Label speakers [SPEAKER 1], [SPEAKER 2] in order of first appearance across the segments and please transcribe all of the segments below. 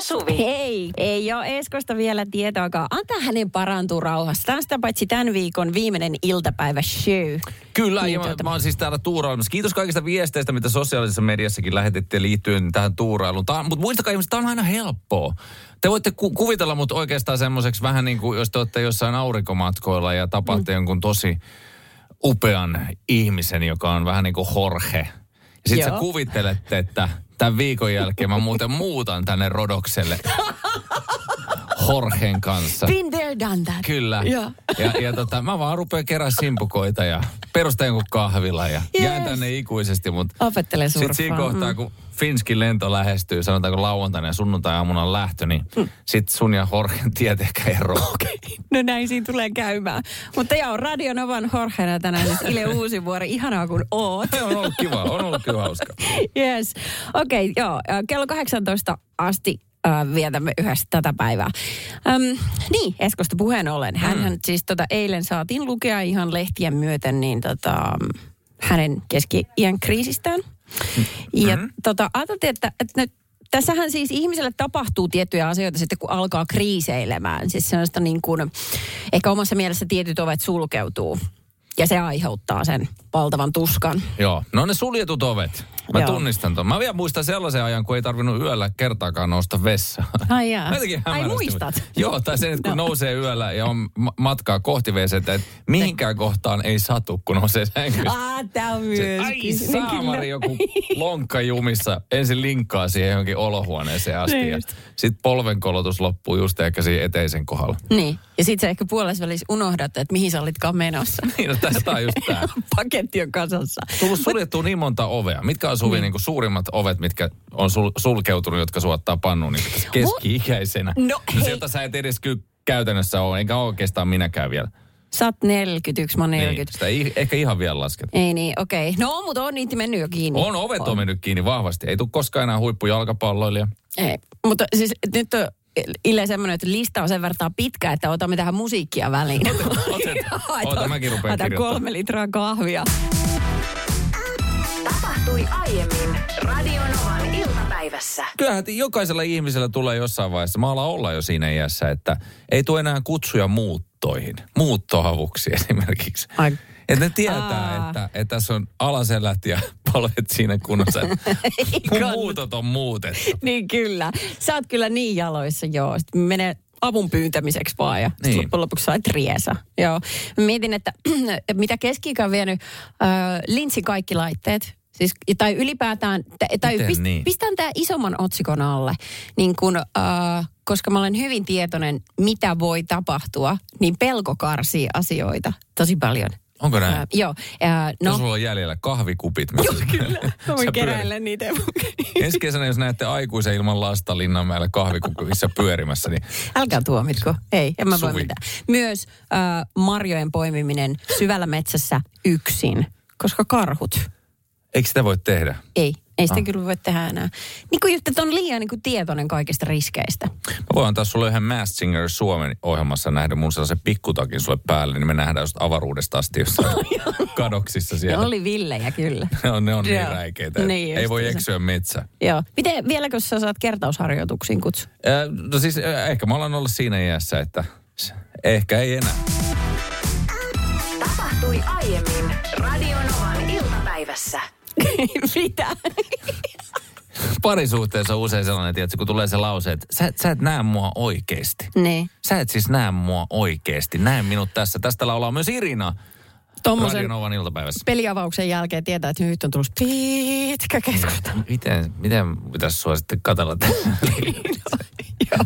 [SPEAKER 1] Suvi.
[SPEAKER 2] Hei, ei ole Eskosta vielä tietoakaan. Antaa hänen parantua rauhassa. Tämä on sitä paitsi tämän viikon viimeinen iltapäivä show.
[SPEAKER 3] Kyllä,
[SPEAKER 2] Niin,
[SPEAKER 3] ja mä,
[SPEAKER 2] tuota-
[SPEAKER 3] mä oon siis täällä tuurailemassa. Kiitos kaikista viesteistä, mitä sosiaalisessa mediassakin lähetettiin liittyen tähän tuurailuun. Tää, mutta muistakaa ihmiset, tämä on aina helppoa. Te voitte ku- kuvitella mut oikeastaan semmoiseksi vähän niin kuin, jos te olette jossain aurinkomatkoilla ja tapaatte mm. jonkun tosi upean ihmisen, joka on vähän niin kuin Jorge. Ja sit Joo. sä
[SPEAKER 2] Joo.
[SPEAKER 3] kuvittelette, että tämän viikon jälkeen mä muuten muutan tänne Rodokselle Jorgen kanssa.
[SPEAKER 2] Been there, done that.
[SPEAKER 3] Kyllä.
[SPEAKER 2] Joo.
[SPEAKER 3] Ja, ja tota, mä vaan rupean kerää simpukoita ja perustan jonkun kahvila ja yes. jään
[SPEAKER 2] Yes.
[SPEAKER 3] tänne ikuisesti. Mutta
[SPEAKER 2] Opettele Mm.
[SPEAKER 3] sitten
[SPEAKER 2] surfaa.
[SPEAKER 3] siinä kohtaa, kun Finskin lento lähestyy, sanotaanko lauantaina ja sunnuntai-aamuna on lähtö, niin mm. sit sun ja Horken tiet ehkä eroaa. Okay.
[SPEAKER 2] No näin siinä tulee käymään. Mutta joo, Radio Novan Horhena tänään siis Ile Uusivuori. Ihanaa kun oot.
[SPEAKER 3] on ollut kiva, on ollut kyllä hauska.
[SPEAKER 2] Yes. Okei, okay, joo. äh, Kello 18 asti äh, vietämme yhdessä tätä päivää. Öm, niin, Eskosta puheen ollen. Hänhän mm. siis tota, eilen saatiin lukea ihan lehtien myöten niin tota, hänen keski-iän kriisistään. Ja tota, ajateltiin, että, että nyt Tässähän siis ihmiselle tapahtuu tiettyjä asioita sitten, kun alkaa kriiseilemään. Siis sellaista niin kuin, ehkä omassa mielessä tietyt ovet sulkeutuu. Ja se aiheuttaa sen valtavan tuskan.
[SPEAKER 3] Joo, no ne suljetut ovet. Mä
[SPEAKER 2] Joo.
[SPEAKER 3] Joo. tunnistan ton. Mä vielä muistan sellaisen ajan, kun ei tarvinnut yöllä kertaakaan nousta vessaan.
[SPEAKER 2] Ai jaa.
[SPEAKER 3] Mä jotenkin
[SPEAKER 2] Äh, Ai
[SPEAKER 3] hämärästi-
[SPEAKER 2] muistat?
[SPEAKER 3] Joo, tai se, että kun no. nousee yöllä ja on ma- matkaa kohti WC, että mihinkään kohtaan ei satu, kun nousee sängystä.
[SPEAKER 2] Ah, tää on
[SPEAKER 3] Se,
[SPEAKER 2] myös.
[SPEAKER 3] ai
[SPEAKER 2] Niin.
[SPEAKER 3] saamari, joku lonkka jumissa. Ensin linkkaa siihen johonkin olohuoneeseen asti. Ja
[SPEAKER 2] Just.
[SPEAKER 3] sitten polvenkolotus loppuu just ehkä siihen eteisen kohdalla.
[SPEAKER 2] Niin, ja sit sä ehkä puolessa välissä unohdat, että mihin sä olitkaan menossa.
[SPEAKER 3] Niin, no tästä on just tää.
[SPEAKER 2] Paketti on kasassa.
[SPEAKER 3] Tullut suljettua niin monta ovea. Mitkä on Suvi niin. Niin suurimmat ovet, mitkä on sul, sulkeutunut, jotka suottaa pannuun niin tässä keski-ikäisenä?
[SPEAKER 2] No hei.
[SPEAKER 3] sieltä sä et edes kyllä käytännössä ole, enkä oikeastaan minäkään vielä.
[SPEAKER 2] Sä oot 41, mä oon 40.
[SPEAKER 3] Niin, sitä ei, ehkä ihan vielä lasketa.
[SPEAKER 2] Ei niin, okei. Okay. No, mutta on niitä mennyt jo kiinni.
[SPEAKER 3] On, ovet on mennyt kiinni vahvasti. Ei tule koskaan enää huippujalkapalloilija.
[SPEAKER 2] Ei, mutta siis nyt on Ille semmoinen, että lista on sen verran pitkä, että otamme tähän musiikkia väliin.
[SPEAKER 3] otetaan.
[SPEAKER 2] Ai,
[SPEAKER 3] Oota, mäkin rupean
[SPEAKER 2] Otan
[SPEAKER 3] kirjoittamaan.
[SPEAKER 2] kolme litraa kahvia.
[SPEAKER 1] Tapahtui aiemmin Radio Novan iltapäivässä.
[SPEAKER 3] kyllähän te- jokaisella ihmisellä tulee jossain vaiheessa, mä alan olla jo siinä iässä, että ei tule enää kutsuja muuttoihin, muuttohavuksi esimerkiksi.
[SPEAKER 2] Ai.
[SPEAKER 3] Että ne tietää,
[SPEAKER 2] Aa.
[SPEAKER 3] että, että tässä on alaselät ja palvet siinä kunnossa. että Mun muutot on muutettu.
[SPEAKER 2] niin kyllä. Sä oot kyllä niin jaloissa, joo. Sitten menee avun pyytämiseksi vaan ja niin.
[SPEAKER 3] Niin.
[SPEAKER 2] loppujen lopuksi sait riesa. Joo. Mä Mietin, että mitä keski on vienyt, äh, linsi kaikki laitteet. Siis, tai ylipäätään, t- tai
[SPEAKER 3] Miten
[SPEAKER 2] pist,
[SPEAKER 3] niin?
[SPEAKER 2] pistän tämä isomman otsikon alle, niin kun, äh, koska mä olen hyvin tietoinen, mitä voi tapahtua, niin pelko karsii asioita tosi paljon.
[SPEAKER 3] Onko näin?
[SPEAKER 2] Äh, joo. Äh,
[SPEAKER 3] No.
[SPEAKER 2] no,
[SPEAKER 3] Sulla on jäljellä kahvikupit. missä
[SPEAKER 2] joo,
[SPEAKER 3] sä-
[SPEAKER 2] kyllä. Mä
[SPEAKER 3] sä
[SPEAKER 2] voin
[SPEAKER 3] pyörit.
[SPEAKER 2] keräillä niitä.
[SPEAKER 3] Ensi kesänä, jos näette aikuisen ilman lasta Linnanmäellä kahvikupissa pyörimässä, niin
[SPEAKER 2] Älkää tuomitko. Ei, en mä voi
[SPEAKER 3] Suvi.
[SPEAKER 2] mitään. Myös äh, marjojen poimiminen syvällä metsässä yksin, koska karhut.
[SPEAKER 3] eikö sitä voi tehdä?
[SPEAKER 2] Ei, ei sitä kyllä voi tehdä enää. Niin kuin just, että on liian niin kuin tietoinen kaikista riskeistä.
[SPEAKER 3] Mä voin antaa sulle yhden Mass Singer Suomen ohjelmassa nähdä mun sellaisen pikkutakin sulle päälle, niin me nähdään just avaruudesta asti jossain kadoksissa
[SPEAKER 2] Ne
[SPEAKER 3] siellä.
[SPEAKER 2] oli villejä kyllä.
[SPEAKER 3] Ne on, ne on niin
[SPEAKER 2] Joo.
[SPEAKER 3] räikeitä.
[SPEAKER 2] Niin
[SPEAKER 3] Ei
[SPEAKER 2] just
[SPEAKER 3] voi
[SPEAKER 2] se.
[SPEAKER 3] eksyä metsä.
[SPEAKER 2] Joo. Miten, vieläkö sä saat kertausharjoituksiin kutsu?
[SPEAKER 3] Äh, No siis äh, ehkä mä ollaan ollut siinä iässä, että s- ehkä ei enää.
[SPEAKER 1] Tapahtui aiemmin Radio Novan iltapäivässä.
[SPEAKER 2] Mitä?
[SPEAKER 3] Parisuhteessa on usein sellainen, tiedätkö, kun tulee se lause, että sä, et- sä et näe mua oikeesti.
[SPEAKER 2] niin.
[SPEAKER 3] Sä et siis näe mua oikeesti. Näe minut tässä. Tästä laulaa myös Irina
[SPEAKER 2] Tuommoisen
[SPEAKER 3] Radionovan iltapäivässä.
[SPEAKER 2] peliavauksen jälkeen tietää, että nyt on tullut pitkä keskustelu.
[SPEAKER 3] Miten, miten pitäisi sua sitten katella?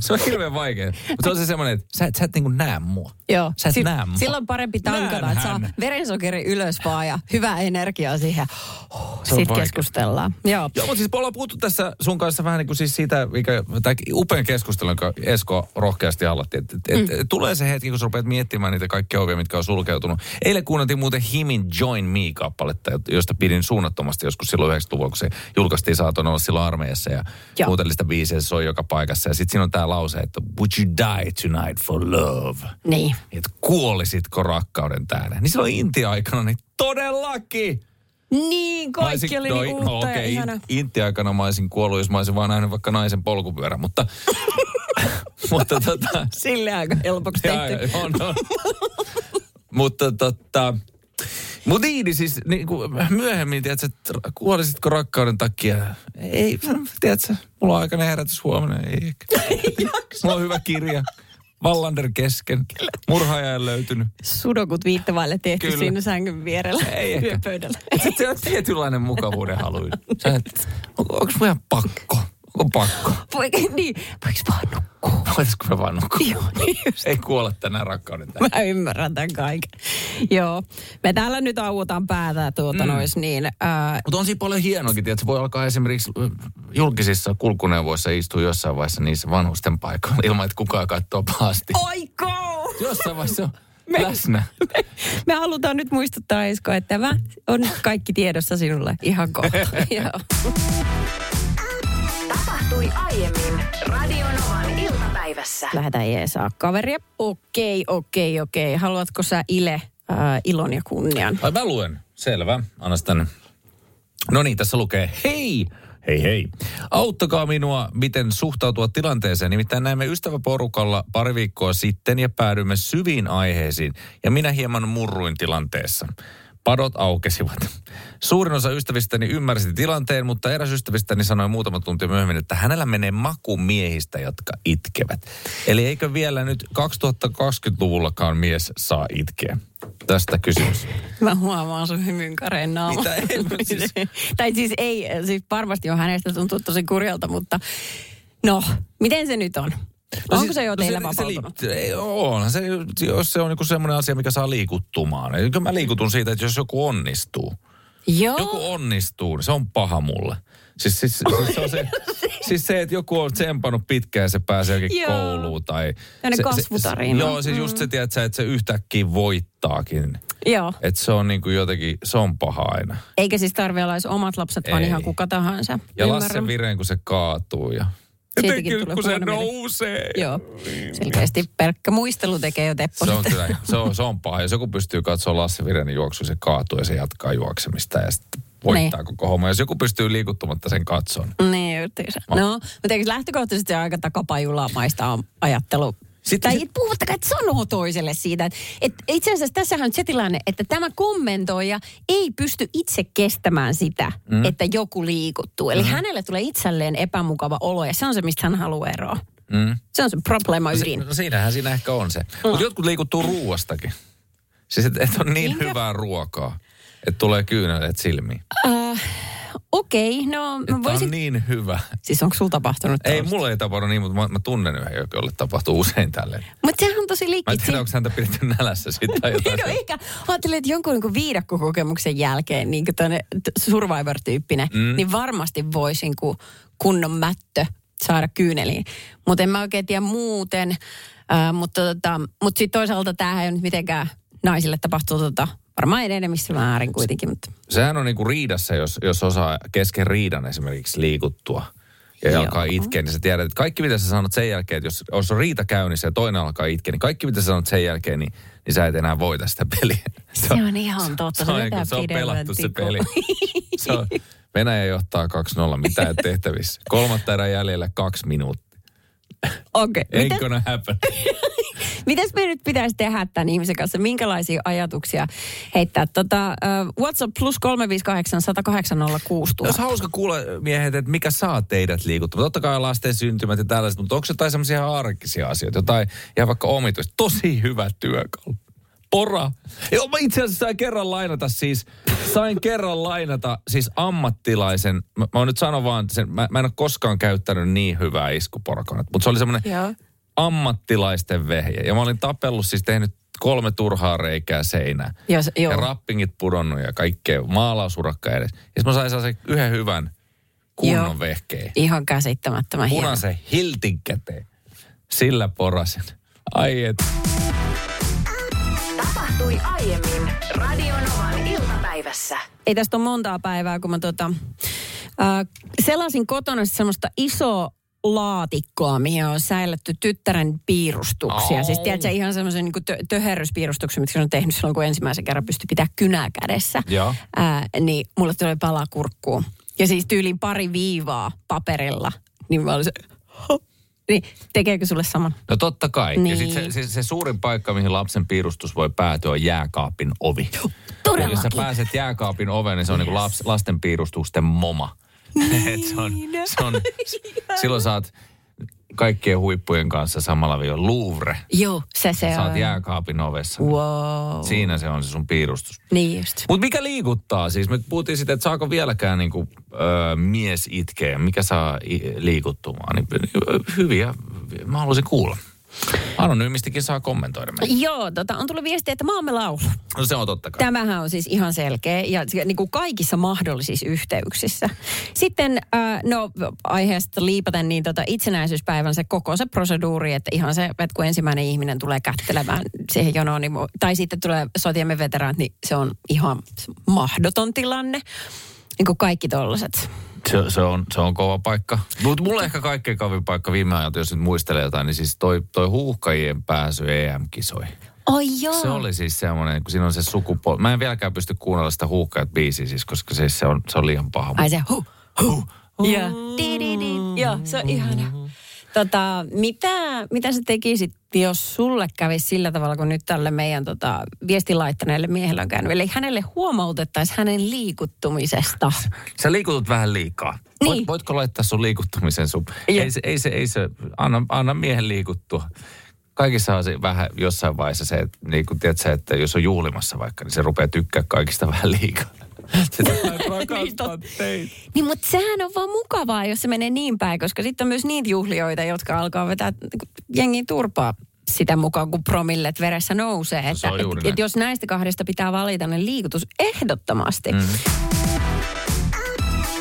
[SPEAKER 3] se on hirveän vaikea. Mutta se on se semmoinen, että sä, et- sä et niinku näe mua.
[SPEAKER 2] Joo.
[SPEAKER 3] Sä et si- näe mua.
[SPEAKER 2] Silloin parempi tankata, että saa
[SPEAKER 3] Näenhän.
[SPEAKER 2] verensokeri ylös vaan ja hyvää energiaa siihen. Oh,
[SPEAKER 3] Se on
[SPEAKER 2] Sitten
[SPEAKER 3] vaikea.
[SPEAKER 2] keskustellaan. Joo.
[SPEAKER 3] Joo, mutta siis me ollaan puhuttu tässä sun kanssa vähän niin kuin siis siitä, mikä, tai upean keskustelun, jonka Esko rohkeasti aloitti. Et, et, et, mm. Tulee se hetki, kun sä rupeat miettimään niitä kaikkia ovia, mitkä on sulkeutunut. Eilen kuunneltiin muuten Himin Join Me-kappaletta, josta pidin suunnattomasti joskus silloin 90-luvulla, kun se julkaistiin saaton olla silloin armeijassa. Ja
[SPEAKER 2] Joo.
[SPEAKER 3] kuuntelin sitä biisiä, se soi joka paikassa. Ja sitten siinä on tämä lause, että would you die tonight for love?
[SPEAKER 2] Niin.
[SPEAKER 3] Että kuolisitko rakkauden tähden? Niin silloin Intia-aikana, niin todellakin!
[SPEAKER 2] Niin,
[SPEAKER 3] Mä
[SPEAKER 2] kaikki oli niin uutta
[SPEAKER 3] no,
[SPEAKER 2] ja
[SPEAKER 3] okei,
[SPEAKER 2] ihana.
[SPEAKER 3] Intti aikana mä olisin kuollut, jos mä olisin vaan nähnyt vaikka naisen polkupyörän, mutta Mutta tota...
[SPEAKER 2] Sille aika helpoksi tehty.
[SPEAKER 3] Joo, on, on. Mutta tota... Mut niin, niin siis niin kuin myöhemmin, tiedätkö, että ra- kuolisitko rakkauden takia? Ei, tiedätkö, mulla on aikainen herätys huomenna, ei ehkä. Mulla on hyvä kirja. Wallander kesken. Murhaaja ei löytynyt.
[SPEAKER 2] Sudokut viittavaille tehty
[SPEAKER 3] Kyllä.
[SPEAKER 2] siinä sängyn vierellä
[SPEAKER 3] Ei ehkä.
[SPEAKER 2] yöpöydällä.
[SPEAKER 3] Sitten se on tietynlainen mukavuuden halu. Sä et, onko, onko mun ihan pakko? Onko pakko?
[SPEAKER 2] Poika, niin, voiko vaan nukkua?
[SPEAKER 3] Voitaisko me vaan nukkua?
[SPEAKER 2] Joo, niin just.
[SPEAKER 3] Ei kuolla tänään rakkauden tähden.
[SPEAKER 2] Mä ymmärrän tämän kaiken. Joo, me täällä nyt auutaan päätä tuota mm. nois niin. Äh,
[SPEAKER 3] Mutta on siinä paljon hienoakin, että voi alkaa esimerkiksi ö, julkisissa kulkuneuvoissa istua jossain vaiheessa niissä vanhusten paikoilla ilman, että kukaan katsoo pahasti.
[SPEAKER 2] Oiko!
[SPEAKER 3] Jossain vaiheessa on läsnä.
[SPEAKER 2] Me halutaan nyt muistuttaa Esko, että tämä on kaikki tiedossa sinulle ihan kohta. Joo.
[SPEAKER 1] Tapahtui aiemmin Radionovan iltapäivässä.
[SPEAKER 2] Lähetä jeesaa kaveria. Okei, okei, okei. Haluatko sä Ile äh, ilon ja kunnian?
[SPEAKER 3] Ai mä luen. Selvä. Anna tänne. No niin, tässä lukee. Hei! Hei hei. Auttakaa minua, miten suhtautua tilanteeseen. Nimittäin näimme ystäväporukalla pari viikkoa sitten ja päädyimme syviin aiheisiin. Ja minä hieman murruin tilanteessa. Padot aukesivat. Suurin osa ystävistäni ymmärsi tilanteen, mutta eräs ystävistäni sanoi muutama tunti myöhemmin, että hänellä menee maku miehistä, jotka itkevät. Eli eikö vielä nyt 2020-luvullakaan mies saa itkeä? Tästä kysymys.
[SPEAKER 2] Mä huomaan sun hymyn kareen naama.
[SPEAKER 3] Mitä en- siis-
[SPEAKER 2] tai siis ei, siis varmasti on hänestä tuntuu tosi kurjalta, mutta no, miten se nyt on? No Onko
[SPEAKER 3] siis-
[SPEAKER 2] se jo teillä
[SPEAKER 3] se,
[SPEAKER 2] vapautunut?
[SPEAKER 3] Se, liittyy- ei, onhan se, jos se on niinku semmoinen asia, mikä saa liikuttumaan. Eli kyllä mä liikutun siitä, että jos joku onnistuu.
[SPEAKER 2] Joo.
[SPEAKER 3] Joku onnistuu, niin se on paha mulle. Siis, siis, siis, se, on se, siis se, että joku on tsempannut pitkään ja se pääsee jokin
[SPEAKER 2] Joo. Mm.
[SPEAKER 3] kouluun. Tai
[SPEAKER 2] Tällainen
[SPEAKER 3] se,
[SPEAKER 2] kasvutarina.
[SPEAKER 3] Se, joo, siis just se, tiedät, sä, että se yhtäkkiä voittaakin.
[SPEAKER 2] Joo.
[SPEAKER 3] Että se on niinku jotenkin, se on paha aina.
[SPEAKER 2] Eikä siis tarvitse olla edes omat lapset, vaan
[SPEAKER 3] Ei.
[SPEAKER 2] ihan kuka tahansa.
[SPEAKER 3] Ja
[SPEAKER 2] Ymmärrän.
[SPEAKER 3] Lasse Vireen, kun se kaatuu ja...
[SPEAKER 2] Siitäkin
[SPEAKER 3] Jotenkin,
[SPEAKER 2] tulee
[SPEAKER 3] kun se
[SPEAKER 2] huono mieli.
[SPEAKER 3] nousee.
[SPEAKER 2] Joo, selkeästi pelkkä muistelu tekee jo
[SPEAKER 3] Se on
[SPEAKER 2] tepposta.
[SPEAKER 3] kyllä, se on, se on paha. Jos joku pystyy katsoa Lasse Virenin juoksua, se kaatuu ja se jatkaa juoksemista ja sitten voittaa koko homma. Jos joku pystyy liikuttumatta sen katsoon.
[SPEAKER 2] Niin, justiinsa. No, mutta eikö lähtökohtaisesti se aika takapajulaa maista on ajattelu? Sitten
[SPEAKER 3] Sitten
[SPEAKER 2] tai
[SPEAKER 3] se-
[SPEAKER 2] se... puhuttakaa, että sanoo toiselle siitä. Et, et itse asiassa tässähän on se tilanne, että tämä kommentoija ei pysty itse kestämään sitä, mm. että joku liikuttuu. Eli mm. hänelle tulee itselleen epämukava olo ja se on se, mistä hän haluaa eroa.
[SPEAKER 3] Mm.
[SPEAKER 2] Se on se probleema ydin.
[SPEAKER 3] No siinähän siinä ehkä on se.
[SPEAKER 2] Mm.
[SPEAKER 3] Mutta jotkut liikuttuu ruuastakin. Siis että et on niin
[SPEAKER 2] Minkä?
[SPEAKER 3] hyvää ruokaa, että tulee kyyneleet silmiin.
[SPEAKER 2] Äh, Okei, okay, no mä
[SPEAKER 3] Että Voisin... on
[SPEAKER 2] voisin...
[SPEAKER 3] niin hyvä.
[SPEAKER 2] Siis onko sulla tapahtunut?
[SPEAKER 3] Ei, mulle ei tapahdu niin, mutta mä, mä tunnen yhden, jolle tapahtuu usein tälleen.
[SPEAKER 2] Mutta sehän on tosi
[SPEAKER 3] Mä en
[SPEAKER 2] liikitsi.
[SPEAKER 3] tiedä, onko häntä pidetty nälässä sitten tai jotain.
[SPEAKER 2] No ehkä. Ajattelin, että jonkun niin viidakkokokemuksen jälkeen, niin kuin survivor-tyyppinen, mm. niin varmasti voisi niin kuin kunnon mättö saada kyyneliin. Mutta en mä oikein tiedä muuten. Äh, mutta tota, mut sitten toisaalta tämähän ei ole nyt mitenkään naisille tapahtuu tota, varmaan enemmissä määrin kuitenkin. Mutta.
[SPEAKER 3] Sehän on niinku riidassa, jos, jos osaa kesken riidan esimerkiksi liikuttua ja Joo.
[SPEAKER 2] Joo.
[SPEAKER 3] alkaa itkeä, niin sä tiedät, että kaikki mitä sä sanot sen jälkeen, että jos, jos on riita käynnissä ja toinen alkaa itkeä, niin kaikki mitä sä sanot sen jälkeen, niin, niin sä et enää voita sitä peliä.
[SPEAKER 2] Se on ihan totta.
[SPEAKER 3] Se on,
[SPEAKER 2] vetää
[SPEAKER 3] niinku- se on pelattu se
[SPEAKER 2] pidemmän
[SPEAKER 3] peli.
[SPEAKER 2] tikun.
[SPEAKER 3] Se on, Venäjä johtaa 2-0, mitä ei ole tehtävissä. Kolmatta erää jäljellä kaksi minuuttia.
[SPEAKER 2] Okei.
[SPEAKER 3] Ain't
[SPEAKER 2] Miten-
[SPEAKER 3] gonna happen.
[SPEAKER 2] Mitäs me nyt pitäisi tehdä tämän ihmisen kanssa? Minkälaisia ajatuksia heittää? Tota, uh, WhatsApp plus 358 108 06 000.
[SPEAKER 3] Jos hauska kuulla miehet, että mikä saa teidät liikuttamaan. Totta kai lasten syntymät ja tällaiset, mutta onko jotain semmoisia ihan arkisia asioita? Jotain ihan vaikka omituista. Tosi hyvä työkalu. Pora. Joo, mä itse asiassa sain kerran lainata siis, sain kerran lainata siis ammattilaisen, mä, mä oon nyt sanon vaan sen, mä, mä en ole koskaan käyttänyt niin hyvää iskuporakonetta, mutta se oli semmoinen
[SPEAKER 2] Joo.
[SPEAKER 3] ammattilaisten vehje. Ja mä olin tapellut siis tehnyt kolme turhaa reikää seinään.
[SPEAKER 2] Jos, joo.
[SPEAKER 3] Joo. ja rappingit pudonnut ja kaikkea, maalausurakka edes. Ja sit mä sain sellaisen yhden hyvän kunnon
[SPEAKER 2] Joo.
[SPEAKER 3] vehkeen.
[SPEAKER 2] Ihan käsittämättömän hieno.
[SPEAKER 3] Punaisen hiltin käteen. Sillä porasin. Ai et.
[SPEAKER 1] Tapahtui aiemmin Radionovan iltapäivässä.
[SPEAKER 2] Ei tästä ole montaa päivää, kun mä tota, äh, selasin kotona sit semmoista isoa laatikkoa, mihin on säilytty tyttären piirustuksia.
[SPEAKER 3] Au.
[SPEAKER 2] Oh. Siis tiedätkö, ihan semmoisen niin tö- töherryspiirustuksen, mitkä se on tehnyt silloin, kun ensimmäisen kerran pystyi pitää kynää kädessä.
[SPEAKER 3] Joo.
[SPEAKER 2] Ää, niin mulle tuli pala kurkkuun. Ja siis tyyliin pari viivaa paperilla. Niin mä olin se, Niin, tekeekö sulle saman?
[SPEAKER 3] No totta kai. Ja sit se,
[SPEAKER 2] Niin.
[SPEAKER 3] se, se suurin paikka, mihin lapsen piirustus voi päätyä, on jääkaapin ovi. Ja jos sä
[SPEAKER 2] Todellakin.
[SPEAKER 3] pääset jääkaapin oveen, niin se on yes. niin laps, lasten piirustusten moma. Niin. se on, se on, silloin saat kaikkien huippujen kanssa samalla viikolla Louvre.
[SPEAKER 2] Joo, se se
[SPEAKER 3] Saat
[SPEAKER 2] on.
[SPEAKER 3] jääkaapin ovessa.
[SPEAKER 2] Wow.
[SPEAKER 3] Siinä se on se sun piirustus.
[SPEAKER 2] Niin just.
[SPEAKER 3] Mutta mikä liikuttaa siis? Me puhuttiin sitä, että saako vieläkään niinku, ö, mies itkeä. Mikä saa i- liikuttumaan? Niin, ö, hyviä. Mä haluaisin kuulla. Anonyymistikin saa kommentoida meitä.
[SPEAKER 2] Joo, tota, on tullut viesti, että maamme laulu.
[SPEAKER 3] No se on totta kai.
[SPEAKER 2] Tämähän on siis ihan selkeä ja se- niin kuin kaikissa mahdollisissa yhteyksissä. Sitten, äh, no aiheesta liipaten, niin tota itsenäisyyspäivän se koko se proseduuri, että ihan se, että kun ensimmäinen ihminen tulee kättelemään siihen jonoon, niin, mu- tai sitten tulee sotiemme veteraanit, niin se on ihan mahdoton tilanne. Niin kuin kaikki tollaset.
[SPEAKER 3] Se, se, on, se on kova paikka. Mutta mulle ehkä kaikkein kavin paikka viime ajalta, jos nyt muistelee jotain, niin siis toi, toi huuhkajien pääsy EM-kisoihin.
[SPEAKER 2] Ai joo.
[SPEAKER 3] Se oli siis semmoinen, kun siinä on se sukupolvi. Mä en vieläkään pysty kuunnella sitä huuhkajat biisiä siis, koska siis se, on, se on liian paha.
[SPEAKER 2] Ai se huh, huh, huh. Ja. Di, di, di. Joo, se on ihana. Tota, mitä, mitä sä tekisit, jos sulle kävisi sillä tavalla, kun nyt tälle meidän tota, viestin laittaneelle miehelle on käynyt? Eli hänelle huomautettaisiin hänen liikuttumisesta.
[SPEAKER 3] Sä liikutut vähän liikaa. Voit,
[SPEAKER 2] Niin.
[SPEAKER 3] Voitko laittaa sun liikuttumisen sun?
[SPEAKER 2] Joo.
[SPEAKER 3] Ei se, ei se, ei se. Anna, anna miehen liikuttua. Kaikissa on se vähän jossain vaiheessa se, että, niin kun tiedät sä, että jos on juhlimassa vaikka, niin se rupeaa tykkää kaikista vähän liikaa. Se rakastaa teitä.
[SPEAKER 2] Niin, mutta sehän on vaan mukavaa, jos se menee niin päin, koska sitten on myös niitä juhlioita, jotka alkaa vetää jengin turpaa sitä mukaan, kun promillet veressä nousee.
[SPEAKER 3] se
[SPEAKER 2] Että,
[SPEAKER 3] on juuri
[SPEAKER 2] et,
[SPEAKER 3] näin.
[SPEAKER 2] et jos näistä kahdesta pitää valita, niin liikutus ehdottomasti. Mm.
[SPEAKER 3] Mm-hmm.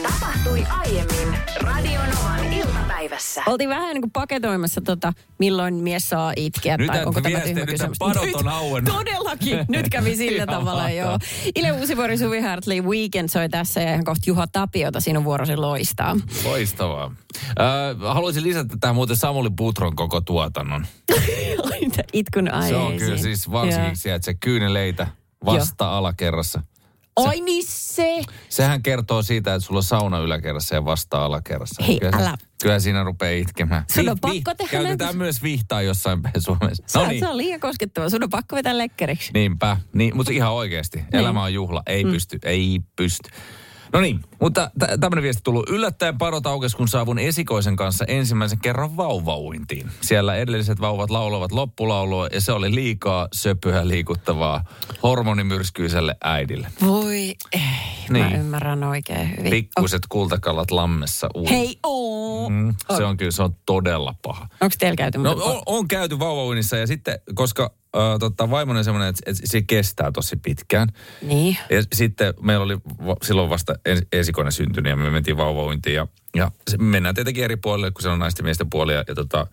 [SPEAKER 1] Tapahtui aiemmin Radio Novan iltapäivässä.
[SPEAKER 2] Oltiin vähän niin kuin paketoimassa tota, milloin mies saa itkeä
[SPEAKER 3] Nyt
[SPEAKER 2] tai
[SPEAKER 3] näitä
[SPEAKER 2] onko tämä
[SPEAKER 3] viestejä,
[SPEAKER 2] tyhmä
[SPEAKER 3] nyt
[SPEAKER 2] kysymys.
[SPEAKER 3] nämä padot on auennut.
[SPEAKER 2] Todellakin, nyt kävi sillä
[SPEAKER 3] Ihan
[SPEAKER 2] tavalla joo.
[SPEAKER 3] mahtavaa.
[SPEAKER 2] Ile Uusivuori, Suvi Hartley, Weekend soi tässä ja ihan kohta Juha Tapiota sinun vuorosi loistaa.
[SPEAKER 3] Loistavaa. Äh, haluaisin lisätä tähän muuten Samuli Putron koko tuotannon.
[SPEAKER 2] Itkun
[SPEAKER 3] se
[SPEAKER 2] aiheisiin.
[SPEAKER 3] on kyllä siis varsinkin se, että se kyyneleitä vasta alakerrassa.
[SPEAKER 2] Joo. Oi niin se.
[SPEAKER 3] Sehän kertoo siitä, että sulla on sauna yläkerrassa ja vasta alakerrassa.
[SPEAKER 2] Hei,
[SPEAKER 3] kyllä, se-
[SPEAKER 2] älä.
[SPEAKER 3] kyllä siinä rupeaa itkemään.
[SPEAKER 2] Sun on
[SPEAKER 3] Vih- vih-
[SPEAKER 2] pakko tehdä
[SPEAKER 3] Käytetään
[SPEAKER 2] näin.
[SPEAKER 3] myös vihtaa jossain päin Suomessa.
[SPEAKER 2] Se,
[SPEAKER 3] No
[SPEAKER 2] on-
[SPEAKER 3] niin.
[SPEAKER 2] se on liian koskettava. Sun on pakko vetää lekkeriksi.
[SPEAKER 3] Niinpä, niin, mutta ihan oikeasti. Elämä on juhla, ei mm. pysty, ei pysty. No niin, mutta t- tämmöinen viesti tullut. Yllättäen parot aukes, kun saavun esikoisen kanssa ensimmäisen kerran vauvauintiin. Siellä edelliset vauvat lauloivat loppulaulua ja se oli liikaa söpöä liikuttavaa hormonimyrskyiselle äidille.
[SPEAKER 2] Voi ei, mä
[SPEAKER 3] Niin.
[SPEAKER 2] ymmärrän oikein hyvin. Oh,
[SPEAKER 3] Pikkuset kultakalat lammessa uu.
[SPEAKER 2] Hei, oo. Mm.
[SPEAKER 3] Mm, se on kyllä, se on todella paha.
[SPEAKER 2] Onko teillä käyty?
[SPEAKER 3] No
[SPEAKER 2] muuten-
[SPEAKER 3] on, on käyty vauvauinissa ja sitten, koska äh, tota, vaimoni on semmoinen, että, että se kestää tosi pitkään.
[SPEAKER 2] Niin.
[SPEAKER 3] Ja sitten meillä oli va- silloin vasta ens- esikoinen syntynyt ja me mentiin vauvauintiin ja, ja se- mennään tietenkin eri puolille, kun se on naisten ja miesten puoli ja, ja tota,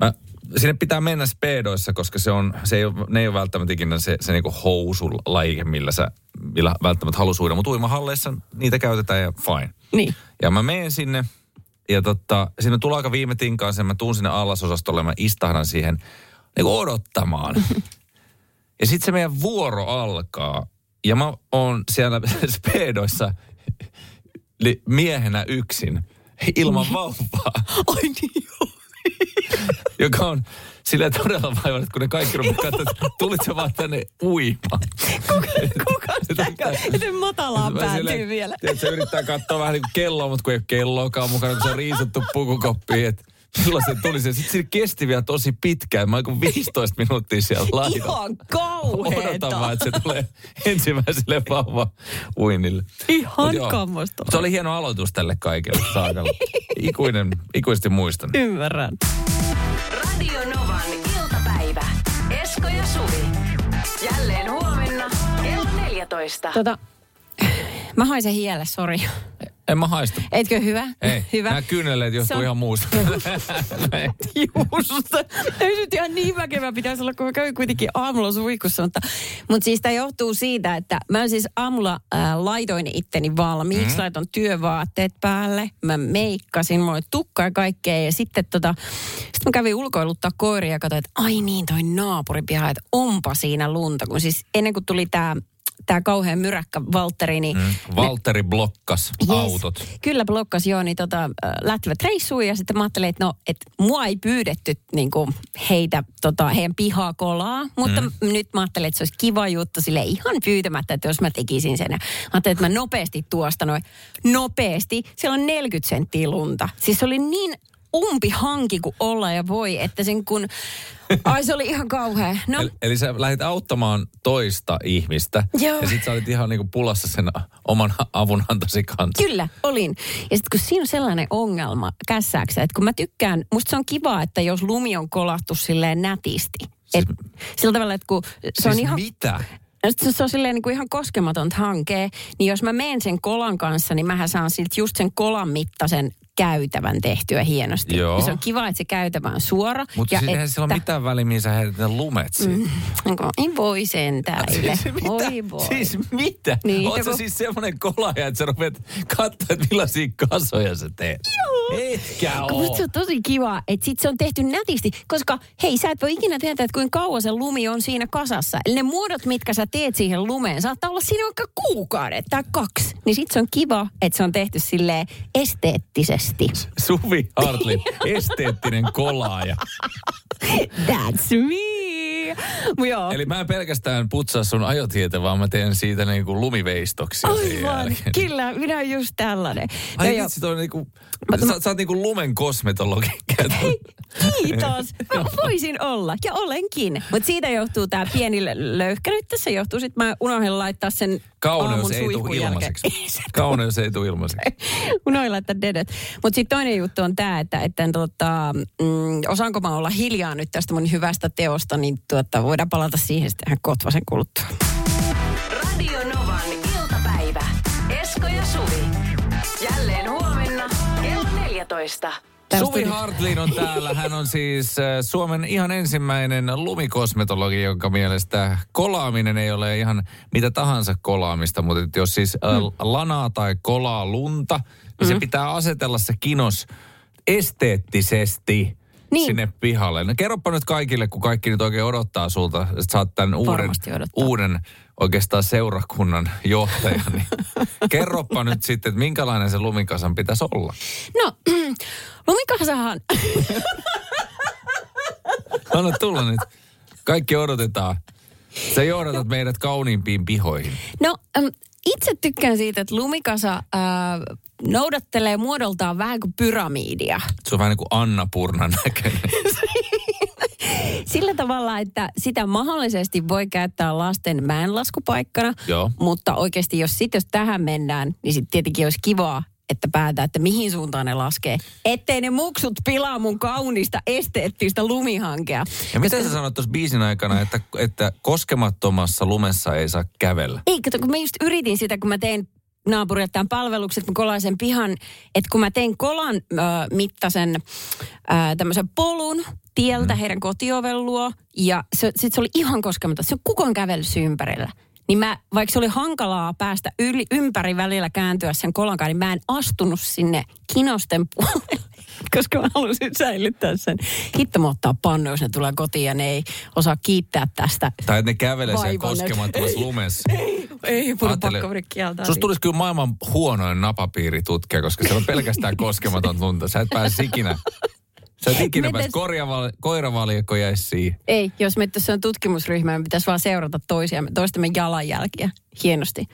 [SPEAKER 3] mä, sinne pitää mennä speedoissa, koska se on, se ei ole, ne ei ole välttämättä ikinä se, se niinku housulajike, millä sä, millä välttämättä halusi uida, mutta uimahalleissa niitä käytetään ja fine.
[SPEAKER 2] Niin.
[SPEAKER 3] Ja mä menen sinne ja tota, sinne tulee aika viime tinkaan sen, mä tuun sinne allasosastolle, mä istahdan siihen niin kuin odottamaan. ja sitten se meidän vuoro alkaa ja mä oon siellä speedoissa li- miehenä yksin ilman vauvaa,
[SPEAKER 2] Ai niin joo.
[SPEAKER 3] joka on sillä todella vaivannut, kun ne kaikki rupeaa katsomaan, että tulit sä vaan tänne uimaan.
[SPEAKER 2] Kuka sitä? Miten matalaa
[SPEAKER 3] Mä
[SPEAKER 2] päätyy
[SPEAKER 3] silleen,
[SPEAKER 2] vielä?
[SPEAKER 3] Tiedätkö, yrittää katsoa vähän niin kuin kelloa, mutta kun ei ole kelloakaan mukana, kun se on riisuttu pukukoppiin. Et silloin se tuli se. Sitten se kesti vielä tosi pitkään. Mä oon kuin 15 minuuttia siellä lailla.
[SPEAKER 2] Ihan
[SPEAKER 3] Odotan vaan,
[SPEAKER 2] kauheeta.
[SPEAKER 3] että se tulee ensimmäiselle vauva uinille.
[SPEAKER 2] Ihan
[SPEAKER 3] Mut joo,
[SPEAKER 2] kammostavaa.
[SPEAKER 3] Se oli hieno aloitus tälle kaikelle saakalla. Ikuinen, ikuisesti muistan.
[SPEAKER 2] Ymmärrän.
[SPEAKER 1] Radio Novan iltapäivä. Esko ja Suvi. Jälleen huomenna kello 14.
[SPEAKER 2] Tota, mä haisen hielle, sori.
[SPEAKER 3] En mä haistu.
[SPEAKER 2] Etkö hyvä?
[SPEAKER 3] Ei,
[SPEAKER 2] hyvä.
[SPEAKER 3] nämä kyyneleet johtuu
[SPEAKER 2] Se on-
[SPEAKER 3] ihan muusta.
[SPEAKER 2] Just. Ei se nyt ihan niin väkevä pitäisi olla, kun mä kävin kuitenkin aamulla suihkussa. Mutta, mutta siis tämä johtuu siitä, että mä siis aamulla ää, laitoin itteni valmiiksi, mm. laitoin työvaatteet päälle, mä meikkasin, mulla oli tukka ja kaikkea. Ja sitten tota, sit mä kävin ulkoiluttaa koiria ja katsoin, että ai niin, toi naapuripiha, että onpa siinä lunta. Kun siis ennen kuin tuli tämä tämä kauhean myräkkä Valtteri, niin
[SPEAKER 3] Mm. Valtteri blokkas
[SPEAKER 2] Yes.
[SPEAKER 3] autot.
[SPEAKER 2] Kyllä blokkas joo, niin tota, äh, lähtivät reissuun ja sitten mä ajattelin, että no, et mua ei pyydetty niin kuin heitä, tota, heidän pihaa kolaa, mutta mm. nyt mä ajattelin, että se olisi kiva juttu sille ihan pyytämättä, että jos mä tekisin sen. Ja Mä ajattelin, että mä nopeasti tuosta noin, nopeasti, siellä on 40 senttiä lunta. Siis se oli niin umpi hanki kuin olla ja voi, että sen kun, ai se oli ihan kauhea. No,
[SPEAKER 3] Eli, eli sä lähdit auttamaan toista ihmistä
[SPEAKER 2] Joo.
[SPEAKER 3] ja sit sä olit ihan niinku pulassa sen oman avunantosi kanssa.
[SPEAKER 2] Kyllä, olin. Ja sitten kun siinä on sellainen ongelma kässääksä, että kun mä tykkään, musta se on kiva, että jos lumi on kolattu silleen nätisti. Et, sillä tavalla, että kun se on
[SPEAKER 3] siis
[SPEAKER 2] ihan...
[SPEAKER 3] mitä?
[SPEAKER 2] No sit se- se on silleen niin kuin ihan koskematonta hankea, niin jos mä menen sen kolan kanssa, niin mähän saan siltä just sen kolan mittaisen käytävän tehtyä hienosti.
[SPEAKER 3] Joo.
[SPEAKER 2] Ja Se on kiva, että se käytävä on suora.
[SPEAKER 3] Mutta
[SPEAKER 2] ja
[SPEAKER 3] siis eihän
[SPEAKER 2] että-
[SPEAKER 3] sillä ole mitään väliä, mihin sä heität ne lumet siitä.
[SPEAKER 2] Onko- Ei voi sen täille.
[SPEAKER 3] Siis mitä?
[SPEAKER 2] Oi voi.
[SPEAKER 3] Siis mitä?
[SPEAKER 2] Niin,
[SPEAKER 3] Oot sä
[SPEAKER 2] joku-
[SPEAKER 3] siis semmonen kolaaja, että sä rupeat katsoa, että millaisia kasoja sä teet? Joo. Etkä
[SPEAKER 2] Kun Musta se
[SPEAKER 3] oo.
[SPEAKER 2] on tosi kiva, että sit se on tehty nätisti, koska hei, sä et voi ikinä tietää, että kuinka kauan se lumi on siinä kasassa. Eli ne muodot, mitkä sä teet siihen lumeen, saattaa olla siinä vaikka kuukauden tai kaksi. Niin sit se on kiva, että se on tehty silleen esteettisesti.
[SPEAKER 3] Suvi Hartlin, esteettinen kolaaja.
[SPEAKER 2] That's me! Mut Joo.
[SPEAKER 3] Eli mä en pelkästään putsaa sun ajotietä, vaan mä teen siitä niinku lumiveistoksia sen
[SPEAKER 2] Aivan,
[SPEAKER 3] jälkeen.
[SPEAKER 2] kyllä, minä oon just tällainen. No
[SPEAKER 3] Ai
[SPEAKER 2] joo.
[SPEAKER 3] vitsi, toi on niinku, sä, sä oot niinku lumen kosmetologi.
[SPEAKER 2] Hei, kiitos. Mä voisin olla ja olenkin. Mutta siitä johtuu tämä pieni lö- löyhkä nyt tässä johtuu. Sitten mä unohdin laittaa sen aamun
[SPEAKER 3] Kauneus ei
[SPEAKER 2] suihkun
[SPEAKER 3] tule
[SPEAKER 2] jälkeen.
[SPEAKER 3] ilmaiseksi. Kauneus ei tule ilmaiseksi.
[SPEAKER 2] unohdin laittaa dedet. Mutta sitten toinen juttu on tämä, että, että tota, mm, osaanko mä olla hiljaa nyt tästä mun hyvästä teosta, niin tuota, voidaan palata siihen sitten ihan kotvasen kuluttua.
[SPEAKER 1] Radio Novan iltapäivä. Esko ja Suvi. Jälleen huomenna kello 14.
[SPEAKER 2] Tästä
[SPEAKER 3] Suvi
[SPEAKER 2] nyt-
[SPEAKER 3] Hartlin on täällä. Hän on siis äh, Suomen ihan ensimmäinen lumikosmetologi, jonka mielestä kolaaminen ei ole ihan mitä tahansa kolaamista, mutta et jos siis
[SPEAKER 2] Hmm.
[SPEAKER 3] äh, lanaa tai kolaa lunta, niin se pitää asetella se kinos esteettisesti
[SPEAKER 2] Niin.
[SPEAKER 3] sinne pihalle. No kerropa nyt kaikille, kun kaikki nyt oikein odottaa sulta, että sä oot tämän uuden,
[SPEAKER 2] Varmasti odottaa.
[SPEAKER 3] uuden oikeastaan seurakunnan johtaja. Niin kerropa nyt sitten, että minkälainen se lumikasan pitäisi olla.
[SPEAKER 2] No, lumikasahan
[SPEAKER 3] Anna tulla nyt. Kaikki odotetaan. Sä johdatat meidät kauniimpiin pihoihin.
[SPEAKER 2] No äm, itse tykkään siitä, että lumikasa ää, noudattelee muodoltaan vähän kuin pyramidia.
[SPEAKER 3] Se on vähän niin kuin Anna Purnan näköinen.
[SPEAKER 2] Sillä tavalla, että sitä mahdollisesti voi käyttää lasten mäenlaskupaikkana.
[SPEAKER 3] Joo.
[SPEAKER 2] Mutta oikeasti jos sit jos tähän mennään, niin sitten tietenkin olisi kivaa, että päätä, että mihin suuntaan ne laskee. Ettei ne muksut pilaa mun kaunista esteettistä lumihankea.
[SPEAKER 3] Ja mitä sä sanoit tuossa biisin aikana, että, että koskemattomassa lumessa ei saa kävellä?
[SPEAKER 2] Ei, kato, kun mä just yritin sitä, kun mä tein naapurille tämän palvelukset, mä kolaan sen pihan, että kun mä tein kolan ö, mittaisen ö, tämmöisen polun tieltä heidän kotioven luo, ja se, sit se oli ihan koskematon. Se on kukaan kävellyt ympärillä. Niin mä, vaikka se oli hankalaa päästä yli, ympäri välillä kääntyä sen kolankaan, niin mä en astunut sinne kinosten puolelle, koska mä halusin säilyttää sen. Hitto mä ottaa pannu, jos ne tulee kotiin ja ne ei osaa kiittää tästä.
[SPEAKER 3] Tai että ne kävelee siellä
[SPEAKER 2] Vaivan näkö-
[SPEAKER 3] koskemattomassa lumessa.
[SPEAKER 2] Ei, mun on
[SPEAKER 3] Ajattele-
[SPEAKER 2] pakko voida kieltää.
[SPEAKER 3] Susta tulisi kyllä maailman huonoin napapiiritutkija, koska se on pelkästään koskematon lunta. Sä et pääse ikinä. Sä et ikinä
[SPEAKER 2] Miten-
[SPEAKER 3] pääse. Korjavali- Koiravaljakko jäisi siihen.
[SPEAKER 2] Ei, jos me tässä on tutkimusryhmä, me pitäisi vaan seurata toisia, toistemme jalanjälkiä. Hienosti.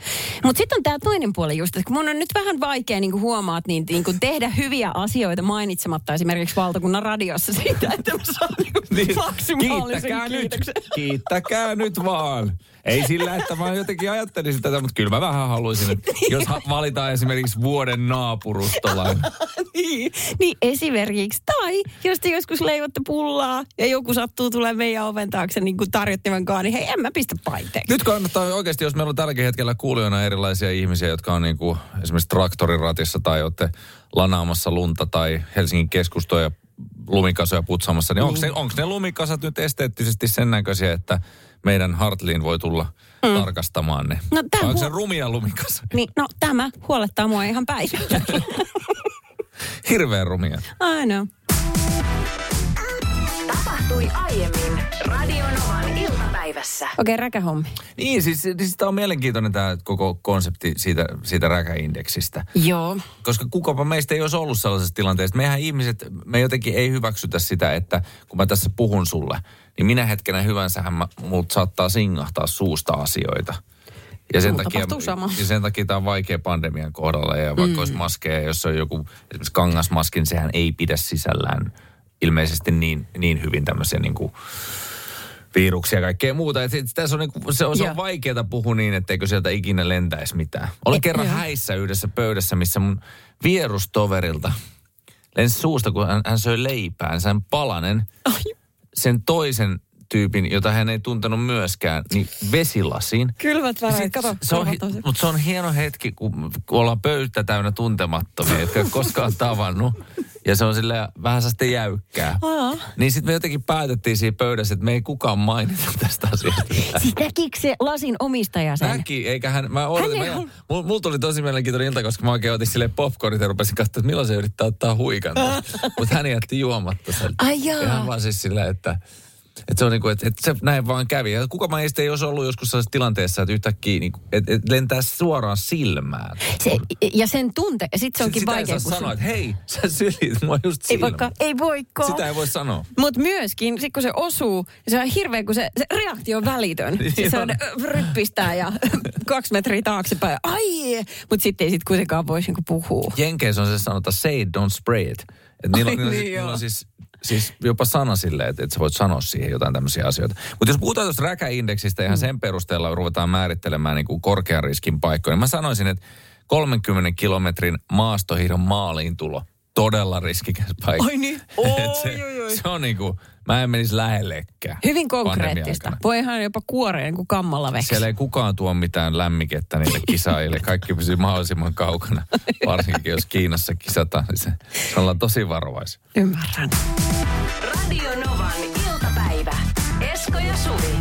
[SPEAKER 2] Mutta sitten on tämä toinen puoli just, että kun mun on nyt vähän vaikea, niin kuin huomaat, niin, niin kuin tehdä hyviä asioita mainitsematta esimerkiksi valtakunnan radiossa siitä, että mä saan niin, maksimaalisen
[SPEAKER 3] kiittäkää nyt,
[SPEAKER 2] kiitoksen.
[SPEAKER 3] kiittäkää nyt vaan. Ei sillä, että mä jotenkin ajattelisin tätä, mutta kyllä mä vähän haluaisin, että jos ha- valitaan esimerkiksi vuoden naapurustolainen.
[SPEAKER 2] niin, niin esimerkiksi. Tai jos te joskus leivotte pullaa ja joku sattuu tulemaan meidän oven taakse niin kuin tarjottimen kanssa, niin hei, en mä pistä paiteeksi.
[SPEAKER 3] Nyt kannattaa oikeasti, jos meillä on tälläkin hetkellä kuulijoina erilaisia ihmisiä, jotka on niin kuin esimerkiksi traktoriratissa tai olette lanaamassa lunta tai Helsingin keskustoja lumikasoja putsaamassa, niin onko ne,
[SPEAKER 2] Mm.
[SPEAKER 3] onks ne lumikasat nyt esteettisesti sen näköisiä, että meidän Hartliin voi tulla tarkastamaan ne?
[SPEAKER 2] Mm. No, tää
[SPEAKER 3] Vai onko
[SPEAKER 2] huo-
[SPEAKER 3] se rumia lumikasa?
[SPEAKER 2] Niin, no tämä huolettaa mua ihan päivittäin.
[SPEAKER 3] Hirveän rumia.
[SPEAKER 2] Aina.
[SPEAKER 1] Tapahtuiko tapahtui aiemmin Radionovan iltapäivässä.
[SPEAKER 2] Okei, okay, räkähommi.
[SPEAKER 3] Niin, siis, siis tämä on mielenkiintoinen tämä koko konsepti siitä, siitä räkäindeksistä.
[SPEAKER 2] Joo.
[SPEAKER 3] Koska kukapa meistä ei olisi ollut sellaisessa tilanteessa. Mehän ihmiset, me jotenkin ei hyväksytä sitä, että kun mä tässä puhun sulle, niin minä hetkenä hyvänsähän mä, mut saattaa singahtaa suusta asioita. Ja sen,
[SPEAKER 2] Mulla
[SPEAKER 3] takia,
[SPEAKER 2] tapahtuu sama.
[SPEAKER 3] ja sen takia tämä on vaikea pandemian kohdalla. Ja vaikka mm. olisi maskeja, jos on joku esimerkiksi kangasmaskin, sehän ei pidä sisällään ilmeisesti niin, niin hyvin tämmöisiä niin kuin viruksia ja kaikkea muuta. Et, et, tässä on, niin kuin, se on, se
[SPEAKER 2] Joo.
[SPEAKER 3] on vaikeaa puhua niin, etteikö sieltä ikinä lentäisi mitään. Olin
[SPEAKER 2] Et-
[SPEAKER 3] kerran
[SPEAKER 2] Eh, joo.
[SPEAKER 3] häissä yhdessä pöydässä, missä mun vierustoverilta lensi suusta, kun hän, hän söi leipään, sen palanen,
[SPEAKER 2] Ai,
[SPEAKER 3] sen toisen tyypin, jota hän ei tuntenut myöskään, niin vesilasiin.
[SPEAKER 2] kylmät väreet,
[SPEAKER 3] Sit
[SPEAKER 2] kato.
[SPEAKER 3] se on, hi-
[SPEAKER 2] korvat
[SPEAKER 3] mut se on hieno hetki, kun, kun ollaan pöytä täynnä tuntemattomia, jotka ei ole koskaan tavannut. Ja se on sillä vähän sitten jäykkää.
[SPEAKER 2] Aa.
[SPEAKER 3] Niin sitten me jotenkin päätettiin siinä pöydässä, että me ei kukaan mainita tästä asiasta. mitään.
[SPEAKER 2] Siis näkikö se lasin omistaja sen?
[SPEAKER 3] Näki, eikä hän, mä odotin,
[SPEAKER 2] Hän ei
[SPEAKER 3] mä,
[SPEAKER 2] ollut-
[SPEAKER 3] mulla, mulla tuli tosi mielenkiintoinen ilta, koska mä oikein otin sille popcornit ja rupesin katsomaan, että milloin se yrittää ottaa huikan. Mutta hän jätti juomatta sen.
[SPEAKER 2] Ai jaa.
[SPEAKER 3] Ja hän vaan siis sillä, että, että se on niin kuin, että, että se näin vaan kävi. Ja kuka mä ei olisi ollut joskus sellaisessa tilanteessa, että yhtäkkiä niin kuin, että, että lentää suoraan silmään.
[SPEAKER 2] Se, ja sen tunte, ja sit se onkin
[SPEAKER 3] Sitä
[SPEAKER 2] vaikea.
[SPEAKER 3] ei saa
[SPEAKER 2] kun sun-
[SPEAKER 3] sanoa, että hei, sä sylit mua just
[SPEAKER 2] ei
[SPEAKER 3] silmään.
[SPEAKER 2] voikaan, ei voikaan.
[SPEAKER 3] Sitä ei voi sanoa.
[SPEAKER 2] Mutta myöskin, sit kun se osuu, se on hirveä, kun se, se reaktio on välitön.
[SPEAKER 3] Niin
[SPEAKER 2] Siis se on,
[SPEAKER 3] on.
[SPEAKER 2] ö, ryppistää ja kaksi metriä taaksepäin. Ai! Mutta sitten ei sit kuitenkaan voisi niinku puhua.
[SPEAKER 3] Jenkeissä on se sanota say it, don't spray it. Et niillä,
[SPEAKER 2] Ai
[SPEAKER 3] niillä,
[SPEAKER 2] niin,
[SPEAKER 3] niin niillä
[SPEAKER 2] joo.
[SPEAKER 3] on siis, siis jopa sana silleen, että, että sä voit sanoa siihen jotain tämmöisiä asioita. Mutta jos puhutaan tuosta räkäindeksistä
[SPEAKER 2] Mm.
[SPEAKER 3] ihan sen perusteella ruvetaan määrittelemään niin kuin korkean riskin paikkoja, niin mä sanoisin, että 30 kilometrin maastohiiron maaliin tulo todella riskikäs paikka.
[SPEAKER 2] Ai niin?
[SPEAKER 3] Et se,
[SPEAKER 2] Oi, oi, oi.
[SPEAKER 3] se on niin kuin, mä en menisi lähellekään.
[SPEAKER 2] Hyvin
[SPEAKER 3] pandemian
[SPEAKER 2] konkreettista.
[SPEAKER 3] aikana.
[SPEAKER 2] Voihan jopa kuoreen kuin kammalla veksi.
[SPEAKER 3] Siellä ei kukaan tuo mitään lämmikettä niille kisaajille. Kaikki pysyy mahdollisimman kaukana. Varsinkin jos Kiinassa kisataan, niin se, se ollaan tosi varovaisia.
[SPEAKER 2] Ymmärrän.
[SPEAKER 1] Radionovan iltapäivä. Esko ja Suvi.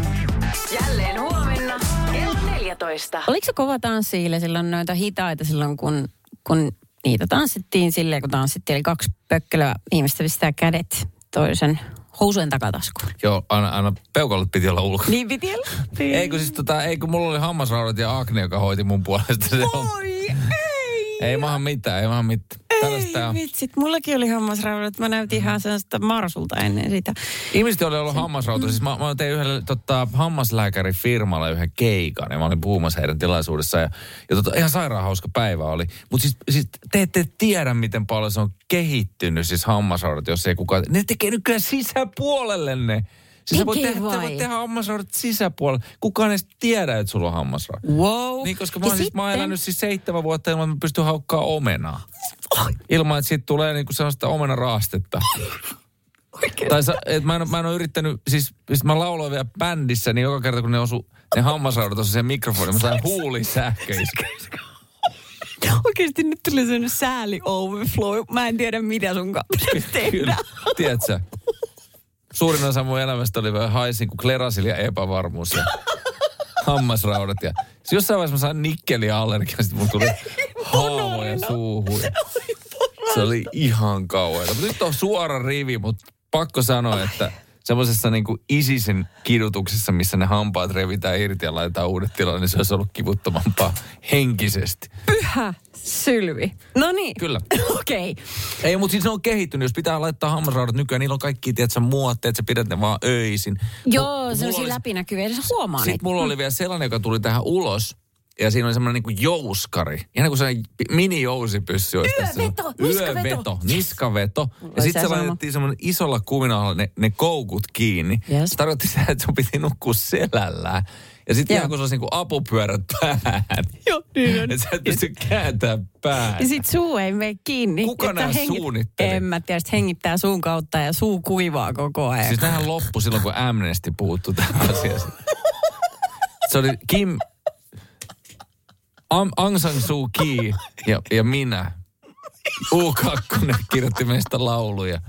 [SPEAKER 1] Jälleen huomenna kello 14.
[SPEAKER 2] Oliko se kova tanssi eilen silloin noita hitaita silloin, kun, kun niitä tanssittiin silleen, kun tanssittiin, eli kaksi pökkelöä ihmistä pistää kädet toisen housujen takataskuun.
[SPEAKER 3] Joo, aina, aina peukalut piti olla ulkona.
[SPEAKER 2] Niin piti olla.
[SPEAKER 3] Ei kun siis tota, ei kun mulla oli hammasraudat ja Akne, joka hoiti mun puolesta se homma.
[SPEAKER 2] Oi, ei.
[SPEAKER 3] Ei maha mitään, ei maha mitään. Tällaista tää
[SPEAKER 2] Ei
[SPEAKER 3] on.
[SPEAKER 2] vitsit, mullakin oli hammasraudat. Mä näytin ihan sellaista marsulta ennen sitä.
[SPEAKER 3] Ihmiset oli ollut hammasrautoja. Siis mä, mä tein yhdelle tota, hammaslääkärifirmalle yhden keikan ja mä olin puhumassa heidän tilaisuudessa. Ja, ja tota, ihan sairaan hauska päivä oli. Mutta siis, siis, te ette tiedä, miten paljon se on kehittynyt siis hammasraudat, jos ei kukaan... Ne tekee nykyään sisäpuolelle ne. Siis sä voit
[SPEAKER 2] Tekee
[SPEAKER 3] tehdä, sä
[SPEAKER 2] vai?
[SPEAKER 3] voit tehdä hammasraudat sisäpuolelle. Kukaan ei edes tiedä, että sulla on hammasraudat.
[SPEAKER 2] Wow.
[SPEAKER 3] Niin, koska mä oon, siis, mä oon elänyt siis seitsemän vuotta ilman, että mä pystyn haukkaa omenaa. Ilman, että siitä tulee niinku sellaista omenaraastetta. tai sä, et mä, en, mä en ole yrittänyt, siis, siis mä lauloin vielä bändissä, niin joka kerta kun ne osu, ne hammasraudat osu siihen mikrofoniin, mä sain huulisähköiskä.
[SPEAKER 2] Oikeasti nyt tuli sellainen sääli overflow. Mä en tiedä, mitä sun kanssa pitäisi
[SPEAKER 3] Kyllä,
[SPEAKER 2] tehdä.
[SPEAKER 3] tiedätkö? Suurin osa mun elämästä oli vähän haisin kuin klerasil ja epävarmuus ja hammasraudat. Ja, siis jossain vaiheessa mä sain nikkeliallergian, sitten mun tuli haavoja suuhun. ja- Se oli ihan kauheaa. Mutta nyt on suora rivi, mutta pakko sanoa, että semmoisessa niin kuin isisin kidutuksessa, missä ne hampaat revitään irti ja laitetaan uudet tilalle, niin se olisi ollut kivuttomampaa henkisesti.
[SPEAKER 2] Pyhä sylvi. No niin.
[SPEAKER 3] Kyllä.
[SPEAKER 2] Okei. Okay.
[SPEAKER 3] Ei, mutta siis ne on kehittynyt. Jos pitää laittaa hammasraudat nykyään, niillä on kaikki, tiedätkö, muotteet, sä pidät ne vaan öisin.
[SPEAKER 2] Joo, Mm. se on
[SPEAKER 3] mulla
[SPEAKER 2] siinä
[SPEAKER 3] oli-
[SPEAKER 2] läpinäkyviä. Ei edes huomaa
[SPEAKER 3] Sitten
[SPEAKER 2] niitä.
[SPEAKER 3] mulla oli vielä sellainen, joka tuli tähän ulos. Ja siinä oli semmoinen niin jouskari. Ihan kuin sellainen pi- mini-jousipyssy. olisi tässä.
[SPEAKER 2] Yöveto, niskaveto.
[SPEAKER 3] Yöveto, niskaveto.
[SPEAKER 2] Mulla oli
[SPEAKER 3] Ja sitten
[SPEAKER 2] se
[SPEAKER 3] se
[SPEAKER 2] sama.
[SPEAKER 3] laitettiin semmoinen isolla kuminalla ne, ne koukut kiinni.
[SPEAKER 2] Yes.
[SPEAKER 3] Se tarkoitti sitä, että sun piti nukkua selällään. Ja sitten
[SPEAKER 2] Joo.
[SPEAKER 3] ihan kun se olisi niin kuin apupyörät päähän.
[SPEAKER 2] Joo, niin on.
[SPEAKER 3] Että sä et pysty kääntämään päähän.
[SPEAKER 2] Ja sit suu ei mene kiinni.
[SPEAKER 3] Kuka
[SPEAKER 2] Että
[SPEAKER 3] nää
[SPEAKER 2] hengit-
[SPEAKER 3] suunnitteli?
[SPEAKER 2] En mä tiedä, sit hengittää suun kautta ja suu kuivaa koko ajan.
[SPEAKER 3] Siis tähän loppu silloin, kun Amnesty puuttu tähän asiaan. Se oli Kim, Am, Aung San Suu Kyi ja, ja minä. U2 kirjoitti meistä lauluja.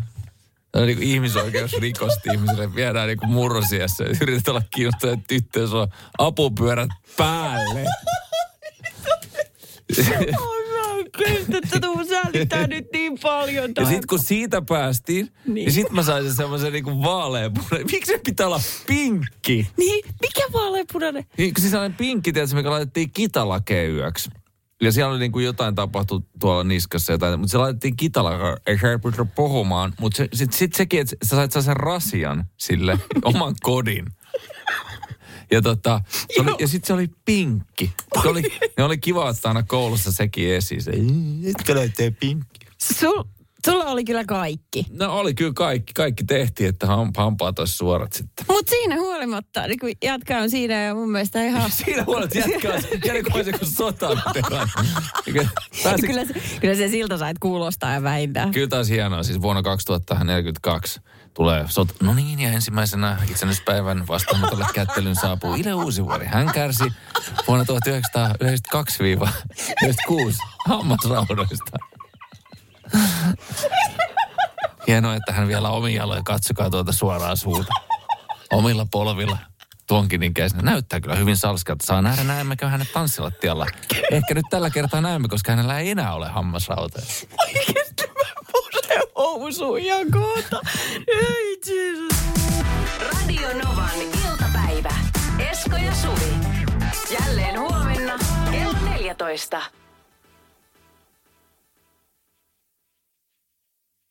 [SPEAKER 3] Se on niin ihmisoikeusrikos ihmiselle. Viedään niin murrosiässä. Yritetään olla kiinnostunut tyttöä. Se on apupyörät päälle.
[SPEAKER 2] Ai mä oon Krista, tätä mun säällittää nyt niin paljon.
[SPEAKER 3] Ja
[SPEAKER 2] tää-
[SPEAKER 3] sitten kun siitä päästiin, niin, niin sitten mä sain sen semmoisen niinku vaaleanpunainen. Miksi se pitää olla pinkki?
[SPEAKER 2] Niin, mikä vaaleanpunainen?
[SPEAKER 3] Niin, kun siis sellainen pinkki, tietysti, mikä laitettiin kitalakeen yöksi. Ja siellä oli niin kuin jotain tapahtunut tuolla niskassa, jotain, mutta se laitettiin kitalaka, ei se pysty puhumaan. Mutta se, sitten sit sekin, että sä sait sen rasian sille, oman kodin. Ja, tota, se oli, ja sitten se oli pinkki. Se oli, ne oli kiva ottaa aina koulussa sekin esiin. Se, etkö löytää pinkki?
[SPEAKER 2] Sul, sulla oli kyllä kaikki.
[SPEAKER 3] No oli kyllä kaikki, kaikki tehtiin, että hamp- hampaat olisi suorat sitten.
[SPEAKER 2] Mutta siinä huolimatta, niin kun jätkä on siinä ja mun mielestä ihan...
[SPEAKER 3] Siinä huolet jatkaa, jälkeen kun niin sotaan tehdään. Pääsi-
[SPEAKER 2] kyllä, se, kyllä se siltä sait kuulostaa ja väintää.
[SPEAKER 3] Kyllä taas hienoa, siis vuonna 2042 tulee sota. No niin, ja ensimmäisenä itsenäispäivän vastaanotolle kättelyn saapuu Ile Uusivuori. Hän kärsi vuonna 1992-1996 hammasraudoista. Hienoa, että hän vielä omia jaloja katsokaa tuota suoraan suuta. Omilla polvilla tuonkin ikäisenä. Näyttää kyllä hyvin salskalta. Saa nähdä, näemmekö hänet tanssilattialla. Ehkä nyt tällä kertaa näemme, koska hänellä ei enää ole hammasrautoja.
[SPEAKER 2] Oikeesti mä puren housuun ihan kohta. Ei siis- Jeesus.
[SPEAKER 1] Radio Novan iltapäivä. Esko ja Suvi. Jälleen huomenna kello 14.